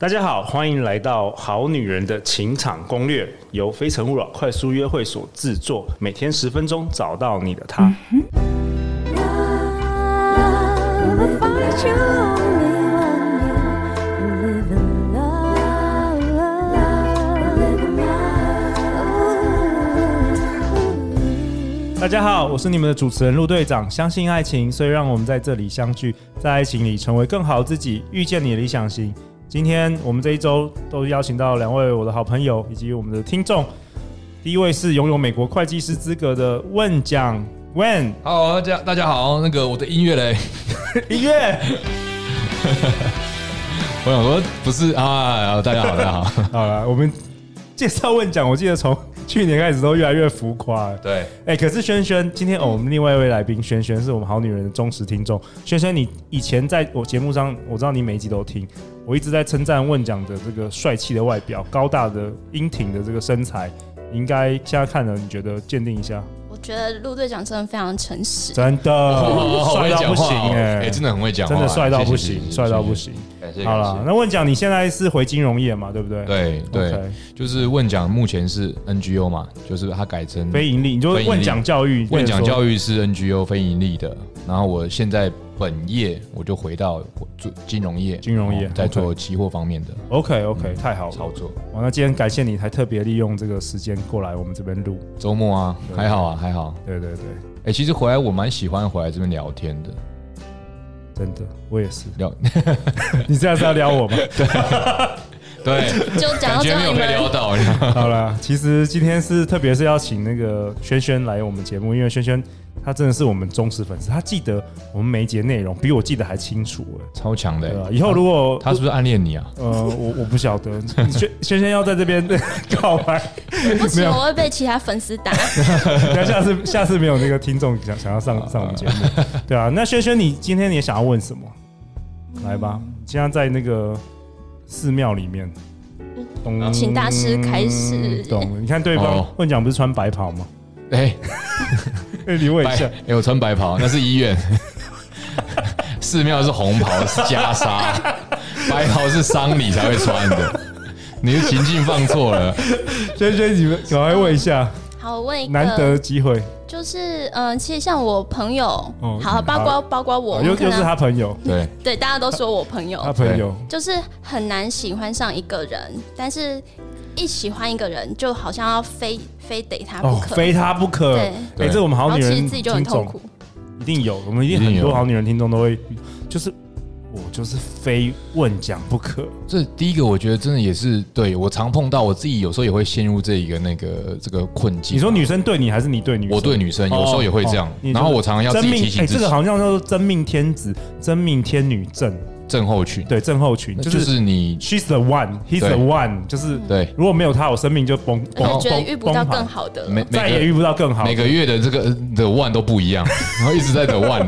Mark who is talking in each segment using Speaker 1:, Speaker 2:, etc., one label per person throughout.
Speaker 1: 大家好，欢迎来到《好女人的情场攻略》，由非诚勿扰快速约会所制作，每天十分钟，找到你的他。大家好，我是你们的主持人陆队长。相信爱情，所以让我们在这里相聚，在爱情里成为更好自己，遇见你的理想型。今天我们这一周都邀请到两位我的好朋友以及我们的听众。第一位是拥有美国会计师资格的问讲 Wen
Speaker 2: 好，大家大家好，那个我的音乐嘞，
Speaker 1: 音乐，
Speaker 2: 我想说不是啊，大家好，大家好，
Speaker 1: 好了，我们介绍问讲，我记得从去年开始都越来越浮夸了。
Speaker 2: 对，
Speaker 1: 哎、可是轩轩，今天、哦、我们另外一位来宾轩轩是我们好女人的忠实听众。轩轩，你以前在我节目上，我知道你每一集都听，我一直在称赞问奖的这个帅气的外表、高大的英挺的这个身材。你应该现在看了，你觉得鉴定一 下，
Speaker 3: 我觉得陆队长真的非常诚实，
Speaker 1: 真的
Speaker 2: 好
Speaker 1: 帅
Speaker 2: 会
Speaker 1: 到不
Speaker 2: 讲话
Speaker 1: 行
Speaker 2: 哦，
Speaker 1: 哎、
Speaker 2: 哎，真的很会讲话，
Speaker 1: 真的帅到不
Speaker 2: 谢谢
Speaker 1: 行，帅到不，
Speaker 2: 啊
Speaker 1: 行。
Speaker 2: 谢谢感谢，
Speaker 1: 好
Speaker 2: 感
Speaker 1: 了，
Speaker 2: 谢
Speaker 1: 那问奖你现在是回金融业嘛，对不对？
Speaker 2: 对对，
Speaker 1: OK，
Speaker 2: 就是问讲目前是 NGO 嘛，就是它改成
Speaker 1: 嗯非盈利，你就
Speaker 2: 非盈利
Speaker 1: 问奖教育，
Speaker 2: 问讲教
Speaker 1: 育，
Speaker 2: 育是 NGO 非盈利的，然后我现在本业我就回到我做金融业，
Speaker 1: 金融业
Speaker 2: 在做期货方面的
Speaker 1: OK
Speaker 2: 嗯
Speaker 1: OK，太好了，
Speaker 2: 操作，
Speaker 1: 哇，那今天感谢你还特别利用这个时间过来我们这边录，
Speaker 2: 周末啊，
Speaker 1: 对
Speaker 2: 还好啊，还好，
Speaker 1: 对对对，
Speaker 2: 哎，其实回来我蛮喜欢回来这边聊天的，
Speaker 1: 真的，我也是。
Speaker 2: 聊
Speaker 1: 你这样是要撩我吗？
Speaker 2: 对。
Speaker 3: 就讲
Speaker 2: 感
Speaker 3: 到
Speaker 2: 觉
Speaker 3: 这
Speaker 2: 没有
Speaker 3: 里
Speaker 2: 被撩
Speaker 3: 了。
Speaker 2: 到，
Speaker 1: 好啦，其实今天是特别是要请那个轩轩来我们节目，因为轩轩他真的是我们忠实粉丝，他记得我们每一节内容比我记得还清楚哎、
Speaker 2: 超强的、
Speaker 1: 对吧、
Speaker 2: 欸。
Speaker 1: 以后如果
Speaker 2: 他是不是暗恋你啊？
Speaker 1: 呃，我我不晓得，轩轩轩要在这边 告白，
Speaker 3: 不
Speaker 1: 没
Speaker 3: 行，
Speaker 1: 有
Speaker 3: 我会被其他粉丝打。
Speaker 1: 那 下次下次没有那个听众想想要
Speaker 2: 啊
Speaker 1: 上上我们节目， 对啊。那轩轩，你今天你想要问什么？
Speaker 3: 嗯
Speaker 1: 来吧，现在在那个寺庙里面，咚
Speaker 3: 嗯请大师开始
Speaker 1: 嗯懂？你看对方
Speaker 2: 哦
Speaker 1: 问讲不是穿白袍吗？
Speaker 2: 哎、
Speaker 1: 哎 你问
Speaker 2: 白
Speaker 1: 一下
Speaker 2: 哎、，我穿白袍，那是医院。 寺庙是 红袍是袈裟，白袍是丧礼才会穿的。你的情境放错了，
Speaker 1: 轩轩，你们赶快问一下，
Speaker 3: 好，我问一
Speaker 1: 难
Speaker 3: 个，
Speaker 1: 得机会，
Speaker 3: 就是嗯、呃其实像我朋友，
Speaker 1: 哦
Speaker 3: 好，
Speaker 1: 嗯
Speaker 3: 包
Speaker 1: 好
Speaker 3: 括包括我，
Speaker 1: 哦
Speaker 3: 我
Speaker 1: 又
Speaker 3: 们可
Speaker 1: 又是
Speaker 3: 能哦
Speaker 1: 他朋友，
Speaker 2: 对，
Speaker 3: 对大家都说我朋
Speaker 1: 他
Speaker 3: 友，
Speaker 1: 朋友，
Speaker 3: 就是很难喜欢上一个人，但是一喜欢一个人，就好像要非非得他不
Speaker 1: 哦，
Speaker 3: 可，
Speaker 1: 非他不可。
Speaker 3: 对
Speaker 1: 哎，这我们好
Speaker 3: 然后
Speaker 1: 女
Speaker 3: 其实
Speaker 1: 人
Speaker 3: 自己就很
Speaker 1: 听
Speaker 3: 痛
Speaker 1: 众
Speaker 3: 苦。
Speaker 1: 一定有，我们一定
Speaker 2: 一定
Speaker 1: 很多
Speaker 2: 有
Speaker 1: 好女人听众都会，就是我就是非问讲不可。
Speaker 2: 这第一个我觉得真的也是对我常碰到，我自己有时候也会陷入这一个那个这个困境。啊
Speaker 1: 你说女生对你还是你对女生？
Speaker 2: 我对女生有时候也会这样，
Speaker 1: 哦你
Speaker 2: 然后我常常要自
Speaker 1: 真命
Speaker 2: 己提
Speaker 1: 哎
Speaker 2: 醒自
Speaker 1: 这
Speaker 2: 己
Speaker 1: 个好像叫做真命天子、真命天女症，
Speaker 2: 症候群，
Speaker 1: 对症候群，
Speaker 2: 那
Speaker 1: 就、
Speaker 2: 就是是你
Speaker 1: she's the one, he's the
Speaker 2: 对
Speaker 1: one，就是
Speaker 2: 对
Speaker 1: 如果没有他，我生命就崩崩
Speaker 3: 而且觉得
Speaker 1: 崩
Speaker 3: 遇不到
Speaker 1: 崩
Speaker 3: 更
Speaker 1: 盘，
Speaker 3: 好的了，
Speaker 2: 没
Speaker 1: 再也遇不到更好。
Speaker 2: 每个月的这个的 one 都不一样，然后一直在 的 one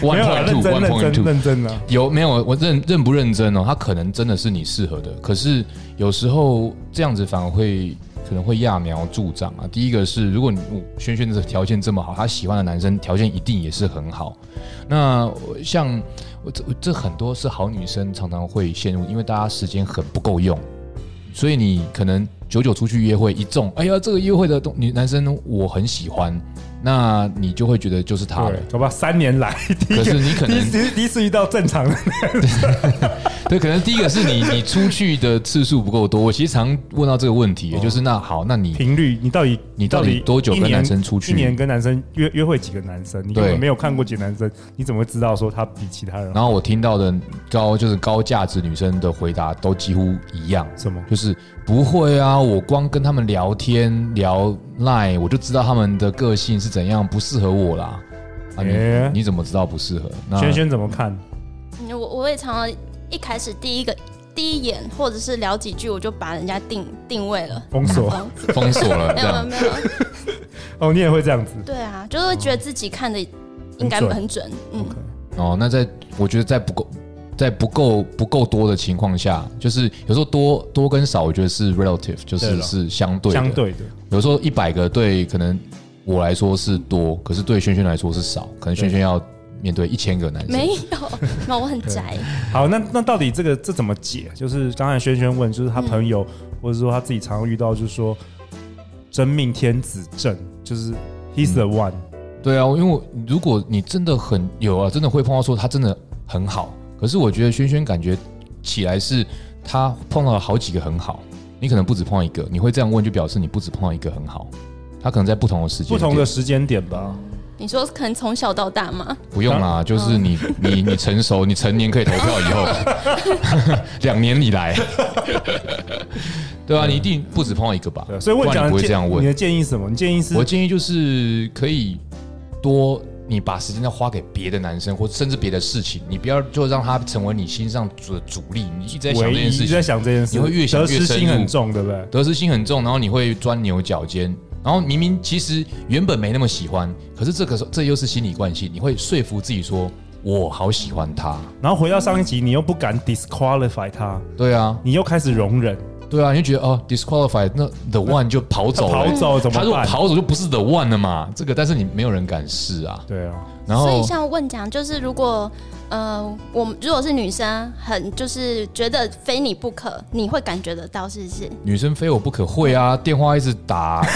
Speaker 1: 没
Speaker 2: one
Speaker 1: 有啦
Speaker 2: point
Speaker 1: 认
Speaker 2: two
Speaker 1: 真
Speaker 2: one
Speaker 1: 认
Speaker 2: point
Speaker 1: 真
Speaker 2: two
Speaker 1: 认真 啊，
Speaker 2: 有没有？我认认不认真哦？他可能真的是你适合的，可是有时候这样子反而会可能会揠苗助长啊。第一个是，如果你我轩轩的条件这么好，他喜欢的男生条件一定也是很好。那我像我这我这很多是好女生常常会陷入，因为大家时间很不够用，所以你可能久久出去约会一中，哎呀，这个约会的东女男生我很喜欢，那你就会觉得就是他了
Speaker 1: 对。，好吧，三年来第一
Speaker 2: 可
Speaker 1: 个
Speaker 2: 是你可
Speaker 1: 第 一
Speaker 2: 能
Speaker 1: 次第一次遇到正常的，
Speaker 2: 对，可能第一个是你你出去的次数不够多。我其实常问到这个问
Speaker 1: 哦
Speaker 2: 题，也就是那好，那你
Speaker 1: 频率，你到底
Speaker 2: 你到底多久
Speaker 1: 一
Speaker 2: 跟
Speaker 1: 年
Speaker 2: 男生出去
Speaker 1: 一年跟男生约约会几个男生？你根
Speaker 2: 对
Speaker 1: 本没有看过几个男生，你怎么会知道说他比其他人好
Speaker 2: 然后我听到的高就是高价值女生的回答都几乎一样，
Speaker 1: 什么？
Speaker 2: 就是不会啊，我光跟他们聊天聊 line，我就知道他们的个性是怎样，不适合我啦。啊，你、
Speaker 1: 诶
Speaker 2: 你怎么知道不适合？那
Speaker 1: 轩轩怎么看？
Speaker 3: 嗯我我也常常一开始第一个第一眼或者是聊几句，我就把人家定定位了。
Speaker 1: 封锁
Speaker 3: 哦
Speaker 2: 封锁 了
Speaker 3: 没
Speaker 2: 这
Speaker 3: 有没有
Speaker 2: 样，
Speaker 3: 没有，
Speaker 1: 哦，你也会这样子
Speaker 3: 对啊，就是会觉得自己看的应该
Speaker 1: 很准
Speaker 3: 很准，嗯，
Speaker 1: ？OK，
Speaker 2: 哦，那在我觉得在不够在不够不够多的情况下，就是有时候多多跟少，我觉得是 relative，就
Speaker 1: 对
Speaker 2: 是
Speaker 1: 了
Speaker 2: 是相对的
Speaker 1: 相对的，
Speaker 2: 有时候一百个对可能我来说是多，可是对轩轩来说是少，可能轩轩要面对一千个男生。
Speaker 3: 没有，那我很宅。
Speaker 1: 好，那那到底这个这怎么解？就是刚才轩轩问，就是他朋友、或者说他自己常遇到，就是说真命天子症，就是 he's the one，、
Speaker 2: 对啊，因为我如果你真的很有啊，真的会碰到说他真的很好，可是我觉得轩轩感觉起来是他碰到了好几个很好，你可能不止碰到一个，你会这样问就表示你不止碰到一个很好，他可能在不同的时间
Speaker 1: 不
Speaker 2: 点
Speaker 1: 同的时间点吧。
Speaker 2: 嗯
Speaker 3: 你说可能从小到大嘛，
Speaker 2: 不用啦，就是你你你成熟，你成年可以投票以后，两年以来，对啊，你一定不止碰到一个吧？
Speaker 1: 对，啊所以问
Speaker 2: 不然
Speaker 1: 讲
Speaker 2: 你不会这样
Speaker 1: 你
Speaker 2: 问。
Speaker 1: 的建议是什么？你建议是
Speaker 2: 我建议就是可以多你把时间再花给别的男生，或甚至别的事情，你不要就让他成为你心上的阻力。你一直在想
Speaker 1: 唯
Speaker 2: 这
Speaker 1: 一
Speaker 2: 件事
Speaker 1: 你在
Speaker 2: 情，
Speaker 1: 想这件事，
Speaker 2: 你会越想越
Speaker 1: 得失心
Speaker 2: 深入
Speaker 1: 很重，对不对？
Speaker 2: 得失心很重，然后你会钻牛角尖。然后明明其实原本没那么喜欢，可是这个时候这又是心理惯性，你会说服自己说我好喜欢他。
Speaker 1: 然后回到上一集，你又不敢 disqualify 他，
Speaker 2: 对啊，
Speaker 1: 你又开始容忍，
Speaker 2: 对啊，你就觉得哦，disqualify 那 the one 就跑走了，
Speaker 1: 跑走怎
Speaker 2: 他
Speaker 1: 么
Speaker 2: 如果
Speaker 1: 办？
Speaker 2: 跑走就不是 the one 了嘛。这个，但是你没有人敢试啊。
Speaker 1: 对 啊，
Speaker 2: 然
Speaker 3: 所以
Speaker 2: 后
Speaker 3: 像问讲，就是如果呃，我们如果是女生，很就是觉得非你不可，你会感觉得到是不 是？
Speaker 2: 女生非我不可会啊，电话一直打，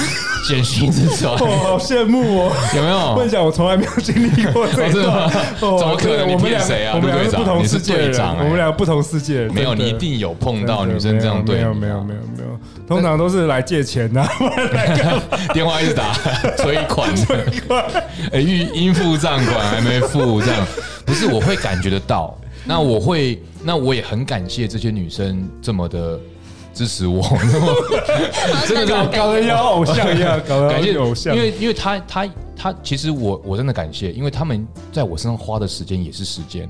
Speaker 2: 简讯一直 传，
Speaker 1: 我好羡慕哦。
Speaker 2: 有没有？
Speaker 1: 问讲，我从来没有经历过这一
Speaker 2: 真的
Speaker 1: 段
Speaker 2: 吗，
Speaker 1: 哦
Speaker 2: 怎么可能
Speaker 1: 对
Speaker 2: 你
Speaker 1: 我们
Speaker 2: 骗
Speaker 1: 俩
Speaker 2: 谁啊
Speaker 1: 我们
Speaker 2: 陆
Speaker 1: 俩
Speaker 2: 队
Speaker 1: 是
Speaker 2: 长
Speaker 1: 不同
Speaker 2: 你是
Speaker 1: 世界的
Speaker 2: 队
Speaker 1: 人，
Speaker 2: 长
Speaker 1: 我们
Speaker 2: 哎
Speaker 1: 俩不同世界的人，
Speaker 2: 没有，
Speaker 1: 真的
Speaker 2: 你一定有碰
Speaker 1: 真
Speaker 2: 到
Speaker 1: 的
Speaker 2: 女生这样对
Speaker 1: 没
Speaker 2: 你啊
Speaker 1: 有没有没有没有没有，通常都是来借钱啊 的，
Speaker 2: 电话一直打， 催款，哎，预应付账款还没付，这样不是我会感觉得到。那我会，那我也很感谢这些女生这么的支持我，那么真的
Speaker 1: 搞
Speaker 2: 是
Speaker 1: 搞得要偶像一样，搞得
Speaker 2: 感谢
Speaker 1: 要偶像
Speaker 2: 因。为因为他他他，其实我我真的感谢，因为他们在我身上花的时间也是时间，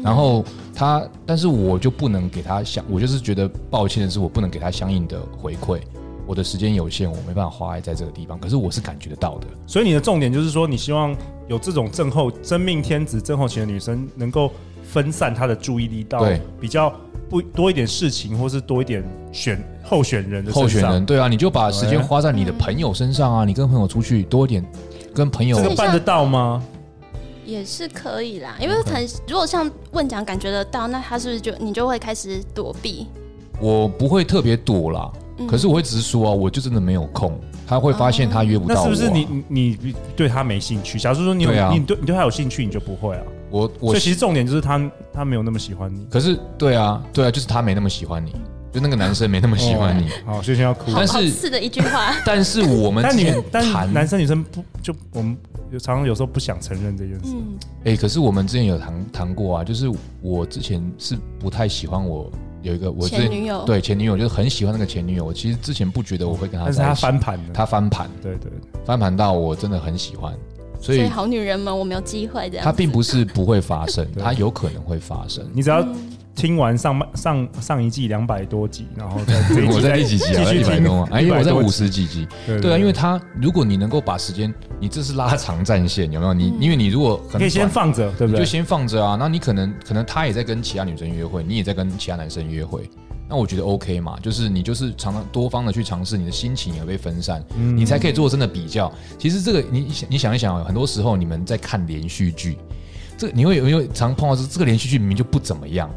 Speaker 2: 然后他，但是我就不能给他相，我就是觉得抱歉的是，我不能给他相应的回馈，我的时间有限，我没办法花在这个地方，可是我是感觉得到的，
Speaker 1: 所以你的重点就是说，你希望有这种症候真命天子症候群的女生，能够分散她的注意力到
Speaker 2: 对
Speaker 1: 比较不多一点事情，或是多一点选候选人的
Speaker 2: 候
Speaker 1: 身
Speaker 2: 选
Speaker 1: 上哎嗯
Speaker 2: 人，对啊，你就把时间花在你的朋友身上啊，你跟朋友出去多一点，跟朋友
Speaker 1: 这个办得到吗？
Speaker 3: 也是可以啦，因为可能如果像问讲感觉得到，那他是不是就你就会开始躲避？
Speaker 2: 我不会特别躲啦，可是我会直说啊，我就真的没有空，他会发现他约不
Speaker 1: 那
Speaker 2: 到我啊、
Speaker 1: 是不是你你你对她没兴趣？假如说你有、
Speaker 2: 对啊
Speaker 1: 你对你对她有兴趣，你就不会啊。
Speaker 2: 我我
Speaker 1: 所以其实重点就是她她没有那么喜欢你，
Speaker 2: 可是，对啊，对啊，就是他没那么喜欢你，就那个男生没那么喜欢你。
Speaker 1: 哦。好，轩轩要哭。
Speaker 3: 好
Speaker 2: 但是，
Speaker 3: 好刺的一句话
Speaker 2: 但是我们
Speaker 1: 但
Speaker 2: 之
Speaker 1: 女
Speaker 2: 前
Speaker 1: 但
Speaker 2: 谈，
Speaker 1: 男生女生不就我们有常常有时候不想承认这件事。
Speaker 3: 嗯，
Speaker 2: 哎、可是我们之前有谈谈过啊，就是我之前是不太喜欢我有一个我之前
Speaker 3: 前女友
Speaker 2: 对前女友就是很喜欢那个前女友，我其实之前不觉得我会跟她
Speaker 1: 但是
Speaker 2: 在
Speaker 1: 她
Speaker 2: 一起，
Speaker 1: 翻盘了，
Speaker 2: 她翻盘，
Speaker 1: 对对对
Speaker 2: 翻盘到我真的很喜欢，
Speaker 3: 所
Speaker 2: 所
Speaker 3: 以
Speaker 2: 以
Speaker 3: 好女人们，我们有机会这样。
Speaker 2: 它并不是不会发 生，
Speaker 1: 对
Speaker 2: 它有可能会发生。
Speaker 1: 你只要听完上半上上一季两百多集，然后再这一季
Speaker 2: 我在第几集
Speaker 1: 继
Speaker 2: 啊？
Speaker 1: 续
Speaker 2: 一百
Speaker 1: 听
Speaker 2: 多吗？哎，我
Speaker 1: 100
Speaker 2: 在
Speaker 1: 多集
Speaker 2: 五十几集。
Speaker 1: 对
Speaker 2: 对啊，因为他如果你能够把时间，你这是拉长战线，有没有？你、
Speaker 1: 嗯
Speaker 2: 因为你如果很
Speaker 1: 可以先
Speaker 2: 短
Speaker 1: 放着，对不
Speaker 2: 你
Speaker 1: 对
Speaker 2: 就？先放着啊。那你可能可能他也在跟其他女生约会，你也在跟其他男生约会。那我觉得 OK 嘛，就是你就是常常多方的去尝试，你的心情啊也被分散，
Speaker 1: 嗯
Speaker 2: 你才可以做真的比较。其实这个你你想你想一想哦，很多时候你们在看连续剧，这个你会有没有常碰到是这个连续剧明明就不怎么样，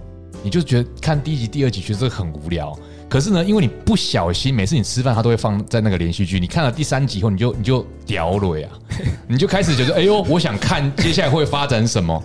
Speaker 2: 你就觉得看第一集、第二集觉得这个很无聊。可是呢，因为你不小心，每次你吃饭，他都会放在那个连续剧。你看了第三集以后，你就你就屌了呀， 你就开始觉得，哎呦，我想看接下来会发展什么，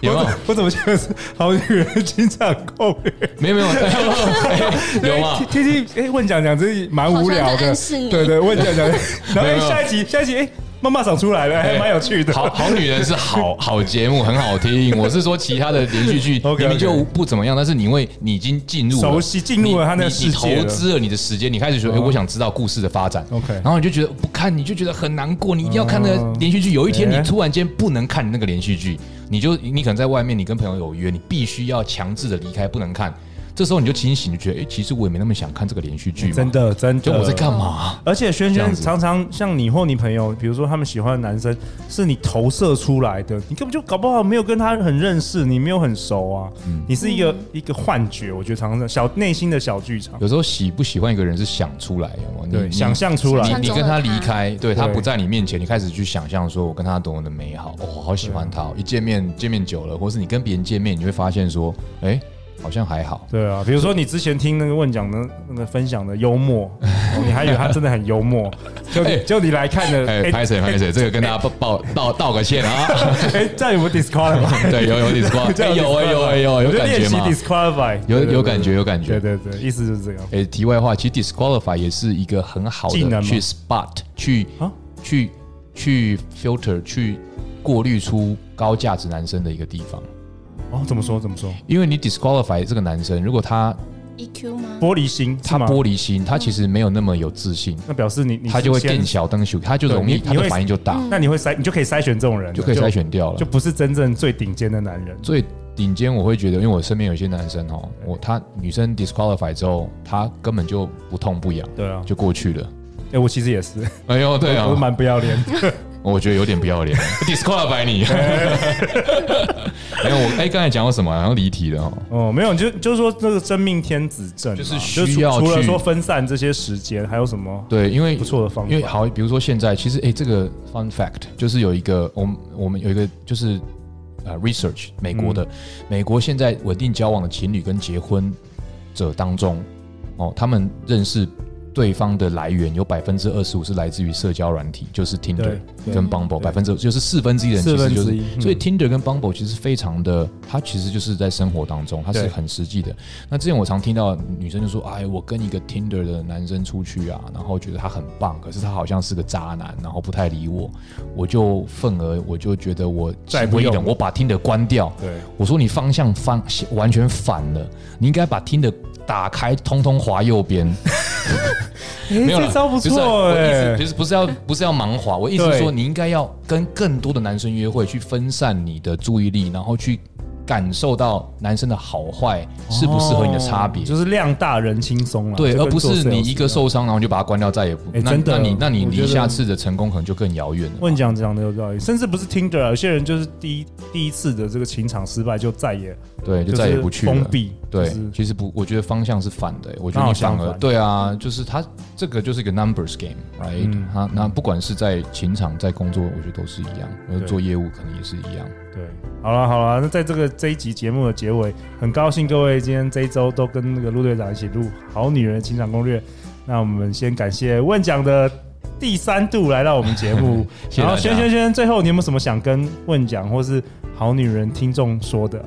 Speaker 2: 有没有？
Speaker 1: 我怎么觉得是好女人经常购物？
Speaker 2: 没 有没有，哎有吗？
Speaker 1: 天天哎，问讲讲这蛮无聊
Speaker 3: 好像在
Speaker 1: 的
Speaker 3: 暗示，你
Speaker 1: 对对，问讲 讲，然后
Speaker 2: 没有
Speaker 1: 哎
Speaker 2: 没有
Speaker 1: 下一集下一集哎，妈妈长出来了，还哎蛮有趣的。
Speaker 2: 好好女人是 好好节目，很好听。我是说其他的连续剧
Speaker 1: OK，OK
Speaker 2: 明明就不怎么样，但是你因为你已经进入了
Speaker 1: 熟悉进入了他那个
Speaker 2: 你你
Speaker 1: 世界了嗯
Speaker 2: 你投资了你的时间，你开始说，哎，我想知道故事的发展。
Speaker 1: OK
Speaker 2: 然后你就觉得不看，你就觉得很难过，你一定要看那个连续剧。有一天
Speaker 1: 哎
Speaker 2: 你突然间不能看那个连续剧，你就你可能在外面，你跟朋友有约，你必须要强制的离开，不能看。这时候你就清醒，就觉得哎、诶其实我也没那么想看这个连续剧嘛，
Speaker 1: 哎真，的真的，
Speaker 2: 就我在干嘛？
Speaker 1: 而且轩
Speaker 2: 这
Speaker 1: 轩
Speaker 2: 样子
Speaker 1: 常常像你或你朋友，比如说他们喜欢的男生，是你投射出来的，你根本就搞不好没有跟他很认识，你没有很熟啊，
Speaker 2: 嗯
Speaker 1: 你是一个、
Speaker 3: 嗯
Speaker 1: 一个幻觉，我觉得常常小内心的小剧场，
Speaker 2: 有时候喜不喜欢一个人是想出来的嘛，你
Speaker 1: 对，
Speaker 2: 你
Speaker 1: 想象出
Speaker 2: 你
Speaker 1: 来，
Speaker 3: 看
Speaker 2: 你
Speaker 3: 中
Speaker 2: 跟
Speaker 3: 了
Speaker 2: 他
Speaker 3: 他
Speaker 2: 离开，对他
Speaker 1: 对
Speaker 2: 不在你面前，你开始去想象说，我跟他多么的美好，哦，我好喜欢他哦。一见面见面久了，或是你跟别人见面，你会发现说，哎，好像还好。
Speaker 1: 对啊，比如说你之前听那个问讲的那个分享的幽 默，哦你还以为他真的很幽默，就你
Speaker 2: 哎
Speaker 1: 就你来看的，
Speaker 2: 哎，拍谁拍谁，这个跟大家报报道道个歉啊。
Speaker 1: 哎，这样有没有 disqualify？
Speaker 2: 对，有有 d i s
Speaker 1: 这样
Speaker 2: q 有 哎有哎有哎有
Speaker 1: 我就
Speaker 2: 感
Speaker 1: 练
Speaker 2: 觉
Speaker 1: 习
Speaker 2: 吗？
Speaker 1: disqualify，
Speaker 2: 有
Speaker 1: 对对对
Speaker 2: 有感觉有感
Speaker 1: 对
Speaker 2: 觉。
Speaker 1: 对对，意思就是这样。
Speaker 2: 哎，题外话，其实 disqualify 也是一个很好
Speaker 1: 技能吗
Speaker 2: 的去 spot 去
Speaker 1: 啊
Speaker 2: 去去 filter 去过滤出高价值男生的一个地方，
Speaker 1: 哦，怎么说怎么说？
Speaker 2: 因为你 disqualify 这个男生，如果他
Speaker 3: EQ E 吗？
Speaker 1: 玻璃心是
Speaker 2: 他
Speaker 1: 吗？
Speaker 2: 玻璃心，他其实没有那么有自信，
Speaker 1: 那表示你你
Speaker 2: 他
Speaker 1: 是
Speaker 2: 就会
Speaker 1: 先
Speaker 2: 变小灯球，他就容
Speaker 1: 对
Speaker 2: 易
Speaker 1: 你
Speaker 2: 他
Speaker 1: 你
Speaker 2: 的
Speaker 1: 会
Speaker 2: 反应就大，
Speaker 3: 嗯
Speaker 1: 那你会筛，你就可以筛选这种人了，
Speaker 2: 就可以筛选掉
Speaker 1: 就，
Speaker 2: 了
Speaker 1: 就。不是真正最顶尖的男人。
Speaker 2: 所以顶尖我会觉得，因为我身边有些男生哦，我他女生 disqualify 之后，他根本就不痛不痒
Speaker 1: 对啊，
Speaker 2: 就过去了。
Speaker 1: 哎，我其实也是，
Speaker 2: 哎呦，对啊
Speaker 1: 我，蛮不要脸。
Speaker 2: 我觉得有点 不要脸 disqualify 你。没有我哎，刚才讲到什么？然后离题了哦。
Speaker 1: 哦，没有，就就是说这个真命天子症嘛，
Speaker 2: 就是
Speaker 1: 就
Speaker 2: 需
Speaker 1: 除
Speaker 2: 要
Speaker 1: 除了
Speaker 2: 去
Speaker 1: 说分散这些时间，还有什么
Speaker 2: 对，因为
Speaker 1: 哦不错的方
Speaker 2: 因为
Speaker 1: 法？
Speaker 2: 好，比如说现在其实哎、这个 fun fact 就是有一个我们我们有一个就是呃 research 美
Speaker 1: 嗯
Speaker 2: 国的、美国现在稳定交往的情侣跟结婚者当中哦，他们认识对方的来源有百分之二十五是来自于社交软体，就是 Tinder
Speaker 1: 对
Speaker 2: 跟 Bumble，百分之就是四分之一的人其
Speaker 1: 四
Speaker 2: 实
Speaker 1: 分
Speaker 2: 就是
Speaker 1: 之。一，
Speaker 2: 所以
Speaker 1: 嗯
Speaker 2: Tinder 跟 Bumble 其实非常的，它其实就是在生活当中，它是
Speaker 1: 对
Speaker 2: 很实际的。那之前我常听到女生就说：“哎，我跟一个 Tinder 的男生出去啊，然后觉得他很棒，可是他好像是个渣男，然后不太理我。”我就愤而，我就觉得我
Speaker 1: 再
Speaker 2: 心
Speaker 1: 不
Speaker 2: 灰意
Speaker 1: 用
Speaker 2: 冷，我把 Tinder 关掉。
Speaker 1: 对，
Speaker 2: 我说你方向方完全反了，你应该把 Tinder 打开，通通滑右边。没
Speaker 1: 没
Speaker 2: 有啦
Speaker 1: 哎这招不
Speaker 2: 不是啊
Speaker 1: 错
Speaker 2: 我
Speaker 1: 哎
Speaker 2: 意思，其。实不是要不是要盲滑，我意思
Speaker 1: 对
Speaker 2: 说你应该要跟更多的男生约会，去分散你的注意力，然后去感受到男生的好坏适不适合你的差别。
Speaker 1: 哦就是量大人轻松了，
Speaker 2: 对，
Speaker 1: 就
Speaker 2: 而
Speaker 1: 跟
Speaker 2: 不
Speaker 1: 做
Speaker 2: 是
Speaker 1: sales
Speaker 2: 你一个
Speaker 1: 样
Speaker 2: 受伤，然后就把它关掉，再也不。
Speaker 1: 哎
Speaker 2: 那
Speaker 1: 真的
Speaker 2: 那你那你
Speaker 1: 我觉得
Speaker 2: 离下次的成功可能就更遥远了吧。
Speaker 1: 问讲讲的有道理，甚至不是 Tinder，啊有些人就是第一第一次的这个情场失败就再也
Speaker 2: 对，就再也不去
Speaker 1: 封
Speaker 2: 了。
Speaker 1: 闭，
Speaker 2: 对
Speaker 1: 就是，
Speaker 2: 其实不，我觉得方向是反的欸。我
Speaker 1: 刚
Speaker 2: 觉得
Speaker 1: 好
Speaker 2: 你反
Speaker 1: 相
Speaker 2: 而
Speaker 1: 反
Speaker 2: 对啊，就是他这个就是一个 numbers game，right？
Speaker 1: 嗯
Speaker 2: 他那不管是在情场、在工作，我觉得都是一样。我觉得
Speaker 1: 对
Speaker 2: 做业务可能也是一样。
Speaker 1: 对，好了好了，那在这个这一集节目的结尾，很高兴各位今天这一周都跟那个陆队长一起录《好女人的情场攻略》。那我们先感谢问讲的第三度来到我们节 目，
Speaker 2: 谢谢
Speaker 1: 然后
Speaker 2: 大家
Speaker 1: 轩轩轩，最后你有没有什么想跟问讲或是好女人听众说的啊？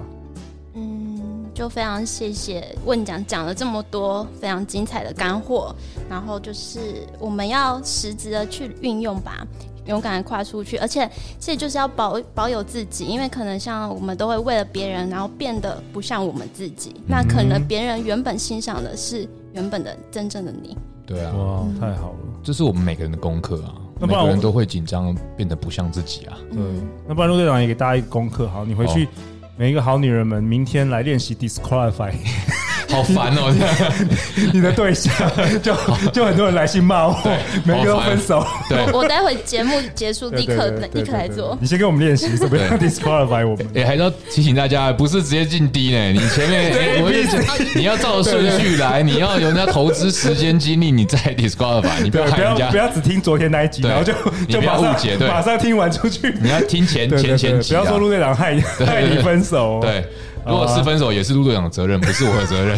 Speaker 3: 嗯，就非常谢谢问讲讲了这么多非常精彩的干货，然后就是我们要实质的去运用吧，勇敢的跨出去，而且这就是要保保有自己，因为可能像我们都会为了别人，然后变得不像我们自己，
Speaker 1: 嗯
Speaker 3: 那可能别人原本欣赏的是原本的真正的你，
Speaker 2: 对啊，
Speaker 1: 哇，太好了！
Speaker 2: 这是我们每个人的功课啊，
Speaker 1: 那不
Speaker 2: 每
Speaker 1: 然我嗯
Speaker 2: 个人都会紧张，变得不像自己啊。
Speaker 1: 对，那不然陆队长也给大家一个功课，好，你回去。哦每一个好女人们，明天来练习 disqualify
Speaker 2: 好烦哦，这样
Speaker 1: 你的对象，就就很多人来信骂我，每个都分手。
Speaker 2: 对。
Speaker 3: 我待会节目结束
Speaker 1: 对
Speaker 3: 立
Speaker 1: 对
Speaker 3: 刻
Speaker 1: 对对
Speaker 3: 立刻来
Speaker 1: 对
Speaker 3: 做
Speaker 1: 对。你先跟我们练习怎么样 disqualify 我们。
Speaker 2: 也、还是要提醒大家，不是直接进 D 呢，你前 面、
Speaker 1: 对
Speaker 2: 哎我
Speaker 1: A B
Speaker 2: 就
Speaker 1: C
Speaker 2: 啊你要照顺序来，你要有人家投资时间精力， 你再 disqualify，你不
Speaker 1: 对
Speaker 2: 要，
Speaker 1: 不
Speaker 2: 害人
Speaker 1: 要
Speaker 2: 家
Speaker 1: 不，要只听昨天那一集，
Speaker 2: 对
Speaker 1: 然后就
Speaker 2: 你
Speaker 1: 就
Speaker 2: 不
Speaker 1: 马
Speaker 2: 要
Speaker 1: 上
Speaker 2: 误解对
Speaker 1: 马上听完出去。
Speaker 2: 你要听前
Speaker 1: 对对
Speaker 2: 前前
Speaker 1: 对，不
Speaker 2: 期啊
Speaker 1: 要。说陆队长害
Speaker 2: 对对
Speaker 1: 害你分手。，
Speaker 2: 对，如果是分手，也是陆队长的责任，不是我的责任。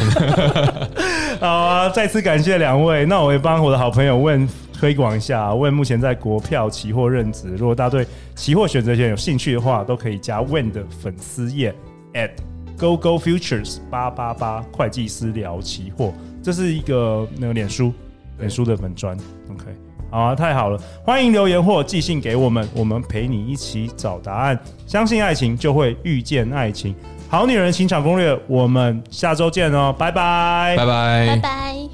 Speaker 1: 好啊，再次感谢两位。那我也帮我的好朋友问推广一下，问目前在国票期货任职，如果大家对期货选择权有兴趣的话，都可以加问的粉丝页 at Go Go Futures 八八八会计师聊期货，这是一个呃那个脸书脸书的粉砖。OK，好啊，太好了，欢迎留言或寄信给我们，我们陪你一起找答案。相信爱情，就会遇见爱情。好女人情场攻略，我们下周见哦，拜拜
Speaker 2: 拜拜
Speaker 3: 拜。拜。